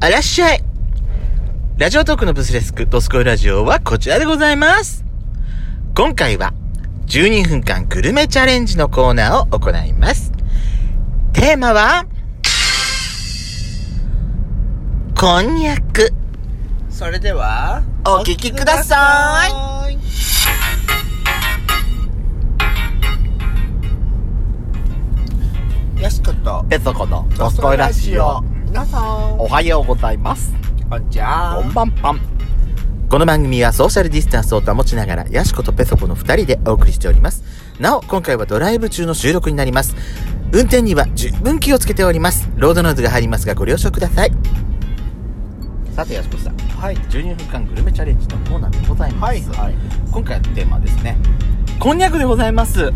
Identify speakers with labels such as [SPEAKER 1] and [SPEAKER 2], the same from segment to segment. [SPEAKER 1] あらっしゃい。ラジオトークのブスレスク、ドスコイラジオはこちらでございます。今回は、12分間グルメチャレンジのコーナーを行います。テーマは、こんにゃく。
[SPEAKER 2] それでは
[SPEAKER 1] お聞きくださ
[SPEAKER 2] いよしこと
[SPEAKER 1] ペソコの
[SPEAKER 2] ドスコイラジオ皆さん
[SPEAKER 1] はようございます。
[SPEAKER 2] こんにちは
[SPEAKER 1] ばんぱん。この番組はソーシャルディスタンスを保ちながら、ヤシコとペソコの2人でお送りしております。なお、今回はドライブ中の収録になります。運転には十分気をつけております。ロードノイズが入りますがご了承ください。さて、ヤシコさん。はい。12分間グルメチャレンジのコーナーでございます。
[SPEAKER 2] はい、はい、
[SPEAKER 1] 今回のテーマはですね。こんにゃくでございます。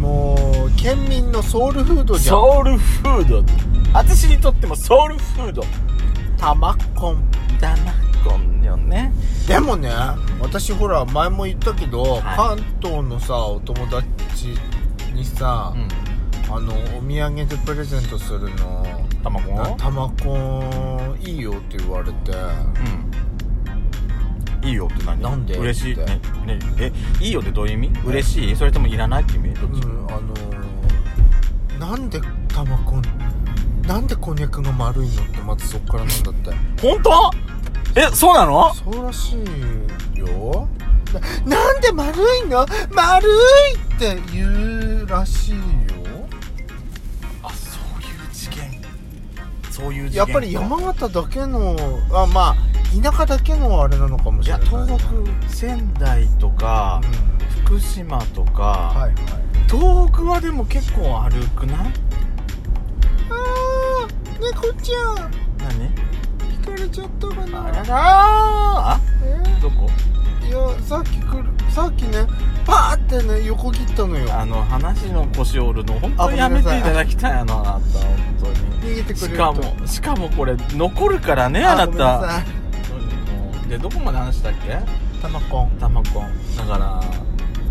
[SPEAKER 2] もう県民のソウルフードじゃん
[SPEAKER 1] ソウルフード。私にとってもソウルフード。
[SPEAKER 2] たまっこん
[SPEAKER 1] ダマコンよね。
[SPEAKER 2] でもね私ほら前も言ったけど、
[SPEAKER 1] は
[SPEAKER 2] 関東のさお友達にさ、
[SPEAKER 1] うん。
[SPEAKER 2] あのお土産でプレゼントするの
[SPEAKER 1] 卵
[SPEAKER 2] なたまこいいよって言われて
[SPEAKER 1] うんいいよって何
[SPEAKER 2] なんで
[SPEAKER 1] 嬉しい、
[SPEAKER 2] って
[SPEAKER 1] ねね、えいいよってどういう意味嬉しいそれともいらないって意味どっ
[SPEAKER 2] う
[SPEAKER 1] ち、
[SPEAKER 2] んあのーなんでたまこなんでこんにゃくが丸いのってまずそっからなんだって
[SPEAKER 1] 本当えそうなの
[SPEAKER 2] そうらしいよななんで丸いの丸いって言うらしいよ
[SPEAKER 1] あそういう事件そういう事件
[SPEAKER 2] やっぱり山形だけのあまあ田舎だけのあれなのかも
[SPEAKER 1] い
[SPEAKER 2] しれ
[SPEAKER 1] や
[SPEAKER 2] ない
[SPEAKER 1] 東北仙台とか、
[SPEAKER 2] うん
[SPEAKER 1] 福島とか、
[SPEAKER 2] はいはい
[SPEAKER 1] 東北はでも結構歩くない
[SPEAKER 2] あー猫ちゃん
[SPEAKER 1] 何
[SPEAKER 2] 聞かれちゃったかな
[SPEAKER 1] あららあ
[SPEAKER 2] え
[SPEAKER 1] どこ
[SPEAKER 2] ーいやさっき来るさっきねパーってね横切ったのよ
[SPEAKER 1] あの話の腰折るの本当に
[SPEAKER 2] あ
[SPEAKER 1] や
[SPEAKER 2] ご
[SPEAKER 1] め
[SPEAKER 2] めん
[SPEAKER 1] て
[SPEAKER 2] なさい
[SPEAKER 1] いただきたいあのあなた本当に
[SPEAKER 2] 逃げてくれ
[SPEAKER 1] し
[SPEAKER 2] ると
[SPEAKER 1] かもしかもこれ残るからねあ
[SPEAKER 2] あ
[SPEAKER 1] な
[SPEAKER 2] ごめんなさ
[SPEAKER 1] た
[SPEAKER 2] い
[SPEAKER 1] うんでどこまで話したっけ
[SPEAKER 2] タマコン
[SPEAKER 1] タマコンだから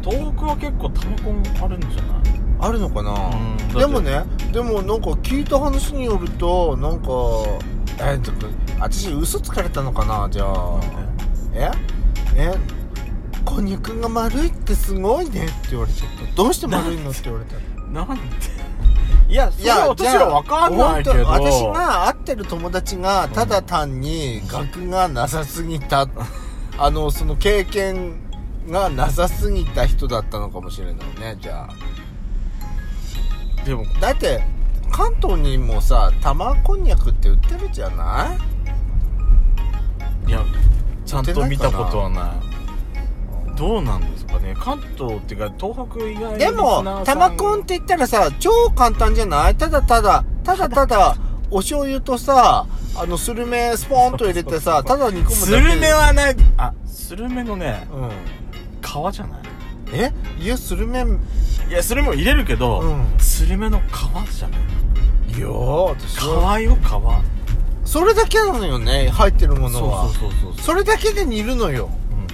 [SPEAKER 1] 東北は結構タマコンあるんじゃない
[SPEAKER 2] あるのかな、
[SPEAKER 1] うんだって
[SPEAKER 2] でもねでもなんか聞いた話によるとなんかえっと私嘘つかれたのかなじゃあええこんにゃくが丸いってすごいねって言われちゃったどうして丸いのって言われた
[SPEAKER 1] なんでいやそ
[SPEAKER 2] い
[SPEAKER 1] れは
[SPEAKER 2] や
[SPEAKER 1] 私らわかんないけ
[SPEAKER 2] じ
[SPEAKER 1] ど
[SPEAKER 2] ゃあ本当私が会ってる友達がただ単に学がなさすぎた、あのその経験がなさすぎた人だったのかもしれないねじゃあ
[SPEAKER 1] でも
[SPEAKER 2] だって関東にもさ玉こんにゃくって売ってるじゃない
[SPEAKER 1] いやちゃんと見たことはないどうなんですかね関東っていうか東北以外の
[SPEAKER 2] で
[SPEAKER 1] リスナ
[SPEAKER 2] も
[SPEAKER 1] ーさん
[SPEAKER 2] 玉こんって言ったらさ超簡単じゃないただただただただお醤油とさあのスルメスポーンと入れてさただ煮込むだけ
[SPEAKER 1] スルメはないあスルメのね
[SPEAKER 2] うん
[SPEAKER 1] 皮じゃない
[SPEAKER 2] えいやスルメ
[SPEAKER 1] いやスルメも入れるけど、
[SPEAKER 2] うん
[SPEAKER 1] スルメの皮じゃない
[SPEAKER 2] いやー私は
[SPEAKER 1] 皮よ皮
[SPEAKER 2] それだけなのよね入ってるものは
[SPEAKER 1] そうそうそうそう
[SPEAKER 2] それだけで煮るのよ
[SPEAKER 1] うん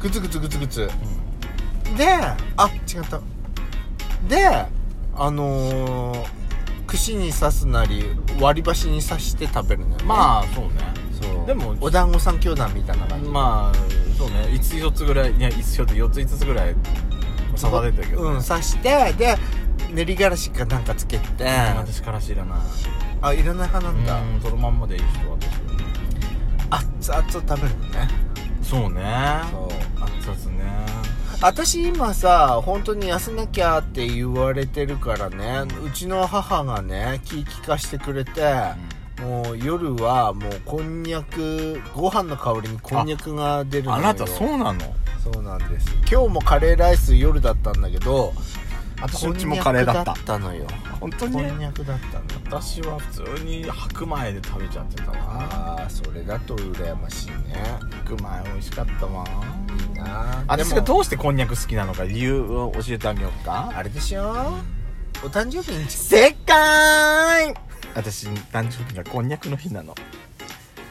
[SPEAKER 2] グツグツグツグツであ違ったであのー、串に刺すなり割り箸に刺して食べるのよ、ね、
[SPEAKER 1] まあそうね
[SPEAKER 2] そう
[SPEAKER 1] でも
[SPEAKER 2] お団子三兄弟みたいな感じ
[SPEAKER 1] まあそうね5つ4つぐらいいや5つ4つ4つ5つぐらい差が出てるけど、
[SPEAKER 2] うん刺してで練りがらしかなんかつけて
[SPEAKER 1] 私からしいらない
[SPEAKER 2] あいらない派なんだ
[SPEAKER 1] うんそのまんまでいい人は私
[SPEAKER 2] 熱々食べるのね
[SPEAKER 1] そうね
[SPEAKER 2] そう
[SPEAKER 1] 熱々ね
[SPEAKER 2] 私今さ本当に痩せなきゃって言われてるからねうちの母がね気利かしてくれて、もう夜はもうこんにゃくご飯の香りにこんにゃくが出るのよ
[SPEAKER 1] あなたそうなの
[SPEAKER 2] そうなんです今日もカレーライス夜だったんだけど
[SPEAKER 1] 私うちもカレーだった
[SPEAKER 2] こんにゃくだったのよ
[SPEAKER 1] 本当
[SPEAKER 2] こ
[SPEAKER 1] に
[SPEAKER 2] んにゃくだったの
[SPEAKER 1] 私は普通に白米で食べちゃってたわ
[SPEAKER 2] ああそれだと羨ましいね
[SPEAKER 1] 白米美味しかったわ
[SPEAKER 2] いいな
[SPEAKER 1] あ私が
[SPEAKER 2] でも
[SPEAKER 1] どうしてこんにゃく好きなのか理由を教えてあげようか
[SPEAKER 2] あれでしょお誕生日にち
[SPEAKER 1] 正解私誕生日がこんにゃくの日なの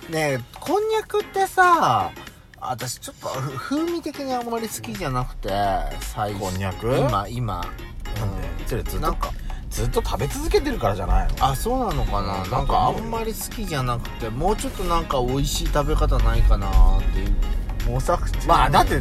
[SPEAKER 2] ねえこんにゃくってさ私ちょっと風味的にあんまり好きじゃなくて最初
[SPEAKER 1] こんにゃく
[SPEAKER 2] 今今
[SPEAKER 1] なんでそれず
[SPEAKER 2] う
[SPEAKER 1] っ
[SPEAKER 2] ん、な
[SPEAKER 1] と
[SPEAKER 2] んか
[SPEAKER 1] ずずっと食べ続けてるからじゃないの
[SPEAKER 2] あそうなのかな
[SPEAKER 1] うん
[SPEAKER 2] なんかあんまり好きじゃなくてもうちょっとなんか美味しい食べ方ないかなっていう模索中
[SPEAKER 1] まあだって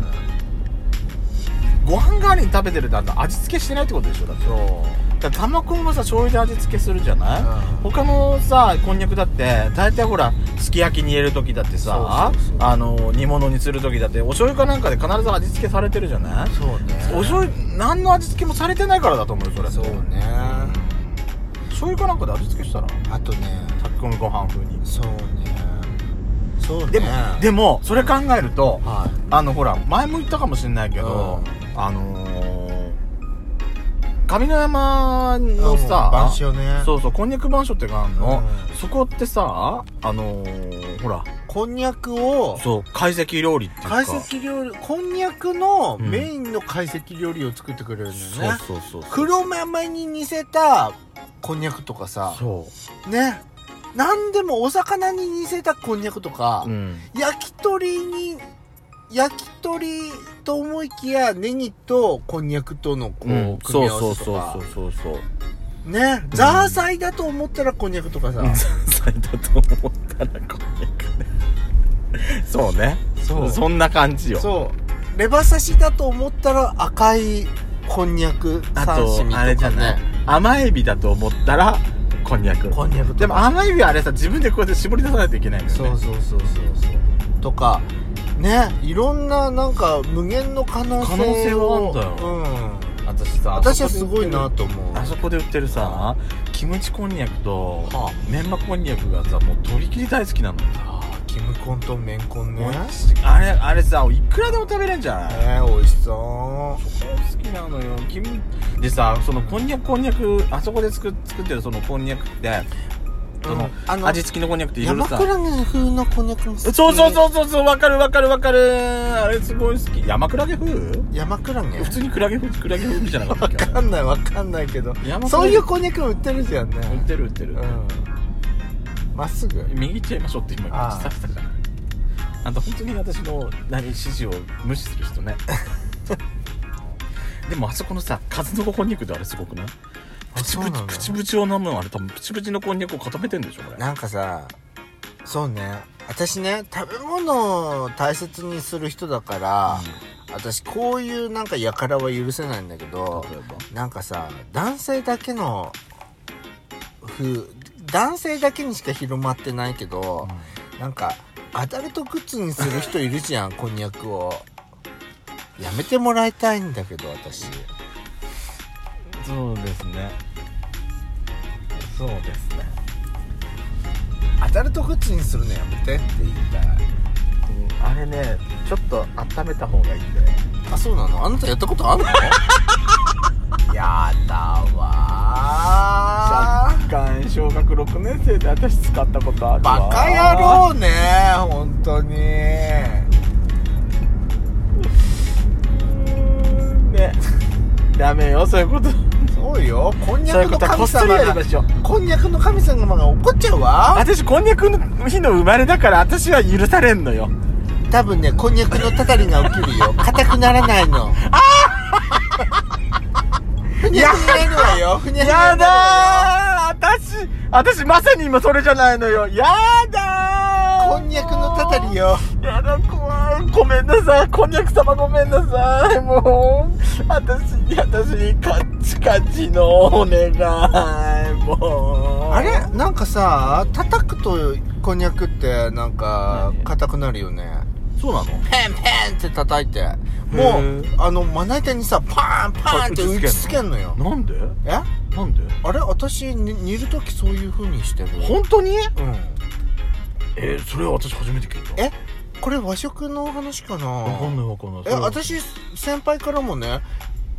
[SPEAKER 1] ご飯代わりに食べてるってあんた味付けしてないってことでしょだって
[SPEAKER 2] そう
[SPEAKER 1] だから玉こんはさ醤油で味付けするじゃない、
[SPEAKER 2] うん
[SPEAKER 1] 他のさこんにゃくだって大体ほらすき焼きに入れる時だってさ
[SPEAKER 2] そうそうそう
[SPEAKER 1] あの煮物にする時だってお醤油かなんかで必ず味付けされてるじゃない
[SPEAKER 2] そうね
[SPEAKER 1] お醤油何の味付けもされてないからだと思うよそれ
[SPEAKER 2] そうね
[SPEAKER 1] 醤油かなんかで味付けしたら炊
[SPEAKER 2] あとね
[SPEAKER 1] き込みご飯風に
[SPEAKER 2] そうねそうね
[SPEAKER 1] でもでもそれ考えると
[SPEAKER 2] は
[SPEAKER 1] あのほら前も言ったかもしれないけど、あのー、上野山
[SPEAKER 2] い
[SPEAKER 1] のさ、
[SPEAKER 2] 晩鐘ね
[SPEAKER 1] そうそうこんにゃく番所ってのがあるの、
[SPEAKER 2] うん
[SPEAKER 1] そこってさあのー、ほら
[SPEAKER 2] こんにゃくを
[SPEAKER 1] そう懐石料理っていうか
[SPEAKER 2] 懐石料理こんにゃくのメインの懐石料理を作ってくれるんだよね、
[SPEAKER 1] そうそうそうそう
[SPEAKER 2] 黒豆に似せたこんにゃくとかさ
[SPEAKER 1] そ
[SPEAKER 2] ね何でもお魚に似せたこんにゃくとか、
[SPEAKER 1] う、うん、
[SPEAKER 2] 焼き鳥に焼き鳥と思いきやネギとこんにゃくとのこう、
[SPEAKER 1] うん
[SPEAKER 2] 組
[SPEAKER 1] そう
[SPEAKER 2] み合
[SPEAKER 1] そう
[SPEAKER 2] わせ
[SPEAKER 1] そ
[SPEAKER 2] と
[SPEAKER 1] う
[SPEAKER 2] か
[SPEAKER 1] そうそう そう
[SPEAKER 2] ねザーサイだと思ったらこんにゃくとかさ、
[SPEAKER 1] 山菜だと思ったらこんにゃくねそうね
[SPEAKER 2] そう
[SPEAKER 1] そんな感じよ
[SPEAKER 2] そうレバ刺しだと思ったら赤いこんにゃく
[SPEAKER 1] あ
[SPEAKER 2] 三
[SPEAKER 1] と
[SPEAKER 2] 種
[SPEAKER 1] あれ
[SPEAKER 2] と
[SPEAKER 1] じゃ
[SPEAKER 2] か
[SPEAKER 1] ない
[SPEAKER 2] ね
[SPEAKER 1] 甘エビだと思ったらこんにゃく
[SPEAKER 2] こんにゃくとか
[SPEAKER 1] でも甘エビはあれさ自分でこうやって絞り出さないといけないんだよ
[SPEAKER 2] そう
[SPEAKER 1] ね
[SPEAKER 2] そうそうそうそうとかねいろんななんか無限の可能性を
[SPEAKER 1] 可能性はあんだ
[SPEAKER 2] よ、うん
[SPEAKER 1] 私さ
[SPEAKER 2] 私はすごいなと思う
[SPEAKER 1] あそこで売ってるさキムチこんにゃくと
[SPEAKER 2] は
[SPEAKER 1] メンマこんにゃくがさもう取り切り大好きなの
[SPEAKER 2] ああキムコンとメンコンね
[SPEAKER 1] 美味しいあれあれさいくらでも食べれるんじゃない
[SPEAKER 2] えー、美味しそ
[SPEAKER 1] 好きなのよキムでさそのこんにゃくこんにゃくあそこで作作ってるそのこんにゃくって、
[SPEAKER 2] う、
[SPEAKER 1] その
[SPEAKER 2] あ
[SPEAKER 1] 味付きのこんにゃくって
[SPEAKER 2] き
[SPEAKER 1] いろいろ
[SPEAKER 2] 山
[SPEAKER 1] さ
[SPEAKER 2] 倉の風のこんにゃくも好き
[SPEAKER 1] そうそうそうそうそうわかるわかるわかるあれすごい好き山クラゲ風
[SPEAKER 2] 山倉ね
[SPEAKER 1] 普通にクラゲ風クラゲ風じゃなか
[SPEAKER 2] わ
[SPEAKER 1] ったっ
[SPEAKER 2] かんないわかんないけど
[SPEAKER 1] 山倉
[SPEAKER 2] そういうこんにゃくも売ってるじゃんね
[SPEAKER 1] け売ってる売って
[SPEAKER 2] う
[SPEAKER 1] る、
[SPEAKER 2] んまっすぐ
[SPEAKER 1] 右行っちゃいましょうって今
[SPEAKER 2] あ
[SPEAKER 1] 口さ
[SPEAKER 2] あ
[SPEAKER 1] せたじゃんあんた本当に私の何指示を無視する人ね でもあそこのさ数の子こんにゃくってあれすごくないプチ
[SPEAKER 2] そう
[SPEAKER 1] プ
[SPEAKER 2] なんだ
[SPEAKER 1] チプチプチを飲むのあれ多分プチプチのこんにゃくを固めてんでしょこれ
[SPEAKER 2] なんかさそうね私ね食べ物を大切にする人だから、私こういうなんかやからは許せないんだけど
[SPEAKER 1] 例えば
[SPEAKER 2] なんかさ男性だけの風男性だけにしか広まってないけど、なんかアダルトグッズにする人いるじゃん こんにゃくをやめてもらいたいんだけど私
[SPEAKER 1] そうですねそうですね
[SPEAKER 2] アダルトグッズにするのやめてって言いたい
[SPEAKER 1] あれねちょっと温めた方がいいんだよ
[SPEAKER 2] あそうなのあなたやったことあるの やだわー
[SPEAKER 1] 干小学6年生で私使ったことある
[SPEAKER 2] バカ野郎ね本当に
[SPEAKER 1] ねダメよそういうこと
[SPEAKER 2] そうよこんに
[SPEAKER 1] そう
[SPEAKER 2] ゃ
[SPEAKER 1] いう
[SPEAKER 2] く
[SPEAKER 1] こ
[SPEAKER 2] の
[SPEAKER 1] とはこっ
[SPEAKER 2] 神
[SPEAKER 1] そり
[SPEAKER 2] 様
[SPEAKER 1] やり
[SPEAKER 2] が
[SPEAKER 1] ましょう
[SPEAKER 2] こんにゃくの神様が怒っちゃうわ
[SPEAKER 1] 私こんにゃくの日の生まれだから私は許されんのよ
[SPEAKER 2] 多分ねこんにゃくのたたりが起きるよ硬くならないのあ ふにゃふにゃになるわよふにゃふにゃ
[SPEAKER 1] や
[SPEAKER 2] になるわよ
[SPEAKER 1] だー私私まさに今それじゃないのよやだー
[SPEAKER 2] こんにゃくのたたりよ
[SPEAKER 1] やだ怖いごめんなさいこんにゃく様ごめんなさいもう私に私にカッチカチのお願いもう
[SPEAKER 2] あれなんかさ叩くとこんにゃくってなんか
[SPEAKER 1] 何
[SPEAKER 2] 硬くなるよね
[SPEAKER 1] そうなの
[SPEAKER 2] ペンペンって叩いてもうあのまな板にさパーンパーンって打ちつけんのよ
[SPEAKER 1] なんで
[SPEAKER 2] え
[SPEAKER 1] なんで
[SPEAKER 2] あれ私に煮る時そういう風にしてる
[SPEAKER 1] 本当に
[SPEAKER 2] うん
[SPEAKER 1] えー、それは私初めて聞いた
[SPEAKER 2] えこれ和食のお話かな
[SPEAKER 1] わかんないわかんない
[SPEAKER 2] え私先輩からもね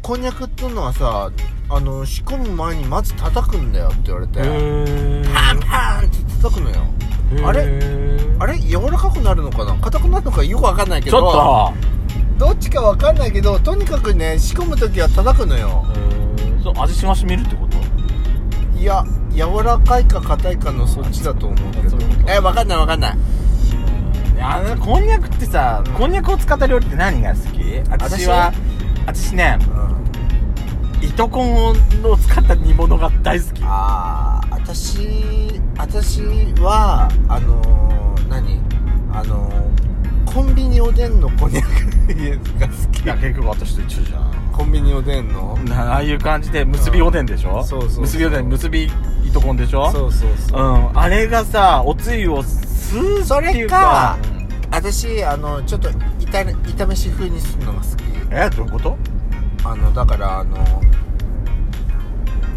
[SPEAKER 2] こんにゃくっていうのはさあの仕込む前にまず叩くんだよって言われて
[SPEAKER 1] へー
[SPEAKER 2] パンパンって叩くのよあれ
[SPEAKER 1] へー
[SPEAKER 2] あれ柔らかくなるのかな硬くなるのかよくわかんないけ
[SPEAKER 1] ちょ
[SPEAKER 2] ど
[SPEAKER 1] っと
[SPEAKER 2] どっちかわかんないけどとにかくね仕込む時は叩くのよ
[SPEAKER 1] そう味しましみるってこと
[SPEAKER 2] いや柔らかいか硬いかのそっちだと思うけ
[SPEAKER 1] そ
[SPEAKER 2] ど
[SPEAKER 1] ういうこと
[SPEAKER 2] えわかんないわかんない
[SPEAKER 1] あのこんにゃくってさこんにゃくを使った料理って何が好き私は私ね
[SPEAKER 2] うん
[SPEAKER 1] 糸こんを使った煮物が大好き
[SPEAKER 2] ああ私私はあのー、何あのー、コンビニおでんのこんにゃくが好き
[SPEAKER 1] いや結局私と一緒じゃん
[SPEAKER 2] コンビニおでんの
[SPEAKER 1] なああいう感じで結びおでんでしょ、
[SPEAKER 2] うんそうそうそう
[SPEAKER 1] 結びおでん結び糸こんでしょ
[SPEAKER 2] そうそうそう
[SPEAKER 1] う、ん、あれがさおつゆを吸う
[SPEAKER 2] そ
[SPEAKER 1] ってい
[SPEAKER 2] れ
[SPEAKER 1] うか
[SPEAKER 2] か私あのちょっと炒め炒めし風にするのが好き
[SPEAKER 1] えどういうこと
[SPEAKER 2] あのだからあの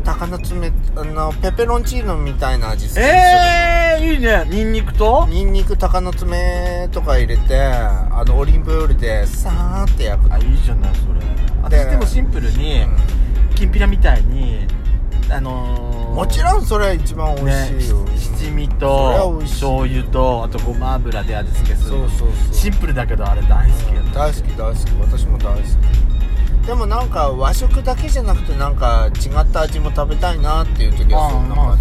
[SPEAKER 2] 高菜爪あのペペロンチーノみたいな味付けにする
[SPEAKER 1] ええー、いいねニンニクと
[SPEAKER 2] ニンニク鷹の爪とか入れてあのオリーブオイルでさーって焼く
[SPEAKER 1] あいいじゃないそれ私でもシンプルに、きんぴらみたいにあのー、
[SPEAKER 2] もちろんそれは一番美味しいよ、
[SPEAKER 1] ね、七味
[SPEAKER 2] それは
[SPEAKER 1] と
[SPEAKER 2] 美味しい
[SPEAKER 1] 醤油とあとごま油で味付けする
[SPEAKER 2] そうそうそう
[SPEAKER 1] シンプルだけどあれ大好きやった
[SPEAKER 2] 大好き大好き私も大好きでもなんか和食だけじゃなくてなんか違った味も食べたいなっていう時はそんな感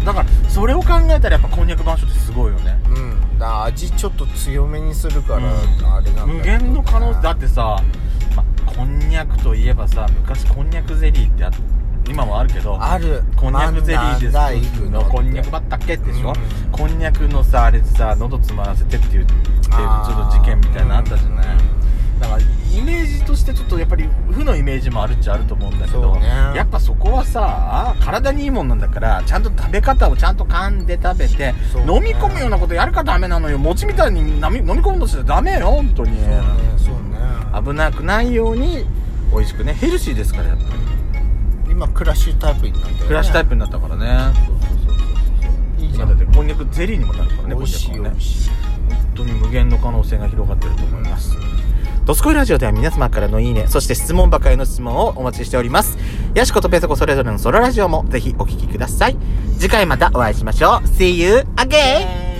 [SPEAKER 2] じ
[SPEAKER 1] だからそれを考えたらやっぱこんにゃく番所ってすごいよね
[SPEAKER 2] うんだから味ちょっと強めにするから、
[SPEAKER 1] うん
[SPEAKER 2] あれなんだけどね
[SPEAKER 1] 無限の可能性だってさ、ま、こんにゃくといえばさ昔こんにゃくゼリーってあっ今もあるけど
[SPEAKER 2] ある
[SPEAKER 1] こんにゃくゼリーでさ
[SPEAKER 2] あんなんだ行くの
[SPEAKER 1] のこんにゃくばったっけでしょ、
[SPEAKER 2] うん
[SPEAKER 1] こんにゃくのさあれさ喉詰まらせてっていうっていうちょっと
[SPEAKER 2] あー
[SPEAKER 1] 事件みたいなのあったじゃない、
[SPEAKER 2] うん
[SPEAKER 1] だからイメージとしてちょっとやっぱり負のイメージもあるっちゃあると思うんだけ
[SPEAKER 2] そ
[SPEAKER 1] ど、
[SPEAKER 2] うね
[SPEAKER 1] やっぱそこはさ体にいいもんなんだからちゃんと食べ方をちゃんと噛んで食べて、
[SPEAKER 2] そうね
[SPEAKER 1] 飲み込むようなことやるからダメなのよ餅みたいになみ飲み込むとしたらダメよ本当に、
[SPEAKER 2] そうねそうね
[SPEAKER 1] 危なくないように美味しくねヘルシーですからやっぱり
[SPEAKER 2] 今クラッシュタイプになったよね
[SPEAKER 1] クラッシュタイプになったからねそうそうそうそう
[SPEAKER 2] いいじ
[SPEAKER 1] 今
[SPEAKER 2] ゃん
[SPEAKER 1] だってこんにゃくゼリーにもなるからね
[SPEAKER 2] 美味しい
[SPEAKER 1] こん
[SPEAKER 2] 美
[SPEAKER 1] にゃくはね
[SPEAKER 2] 味しい
[SPEAKER 1] 本当に無限の可能性が広がってると思います、
[SPEAKER 3] ドスコイラジオでは皆様からのいいね、そして質問ばかりの質問をお待ちしております。ヤシコとペソコそれぞれのソロラジオもぜひお聞きください。次回またお会いしましょう。See you again!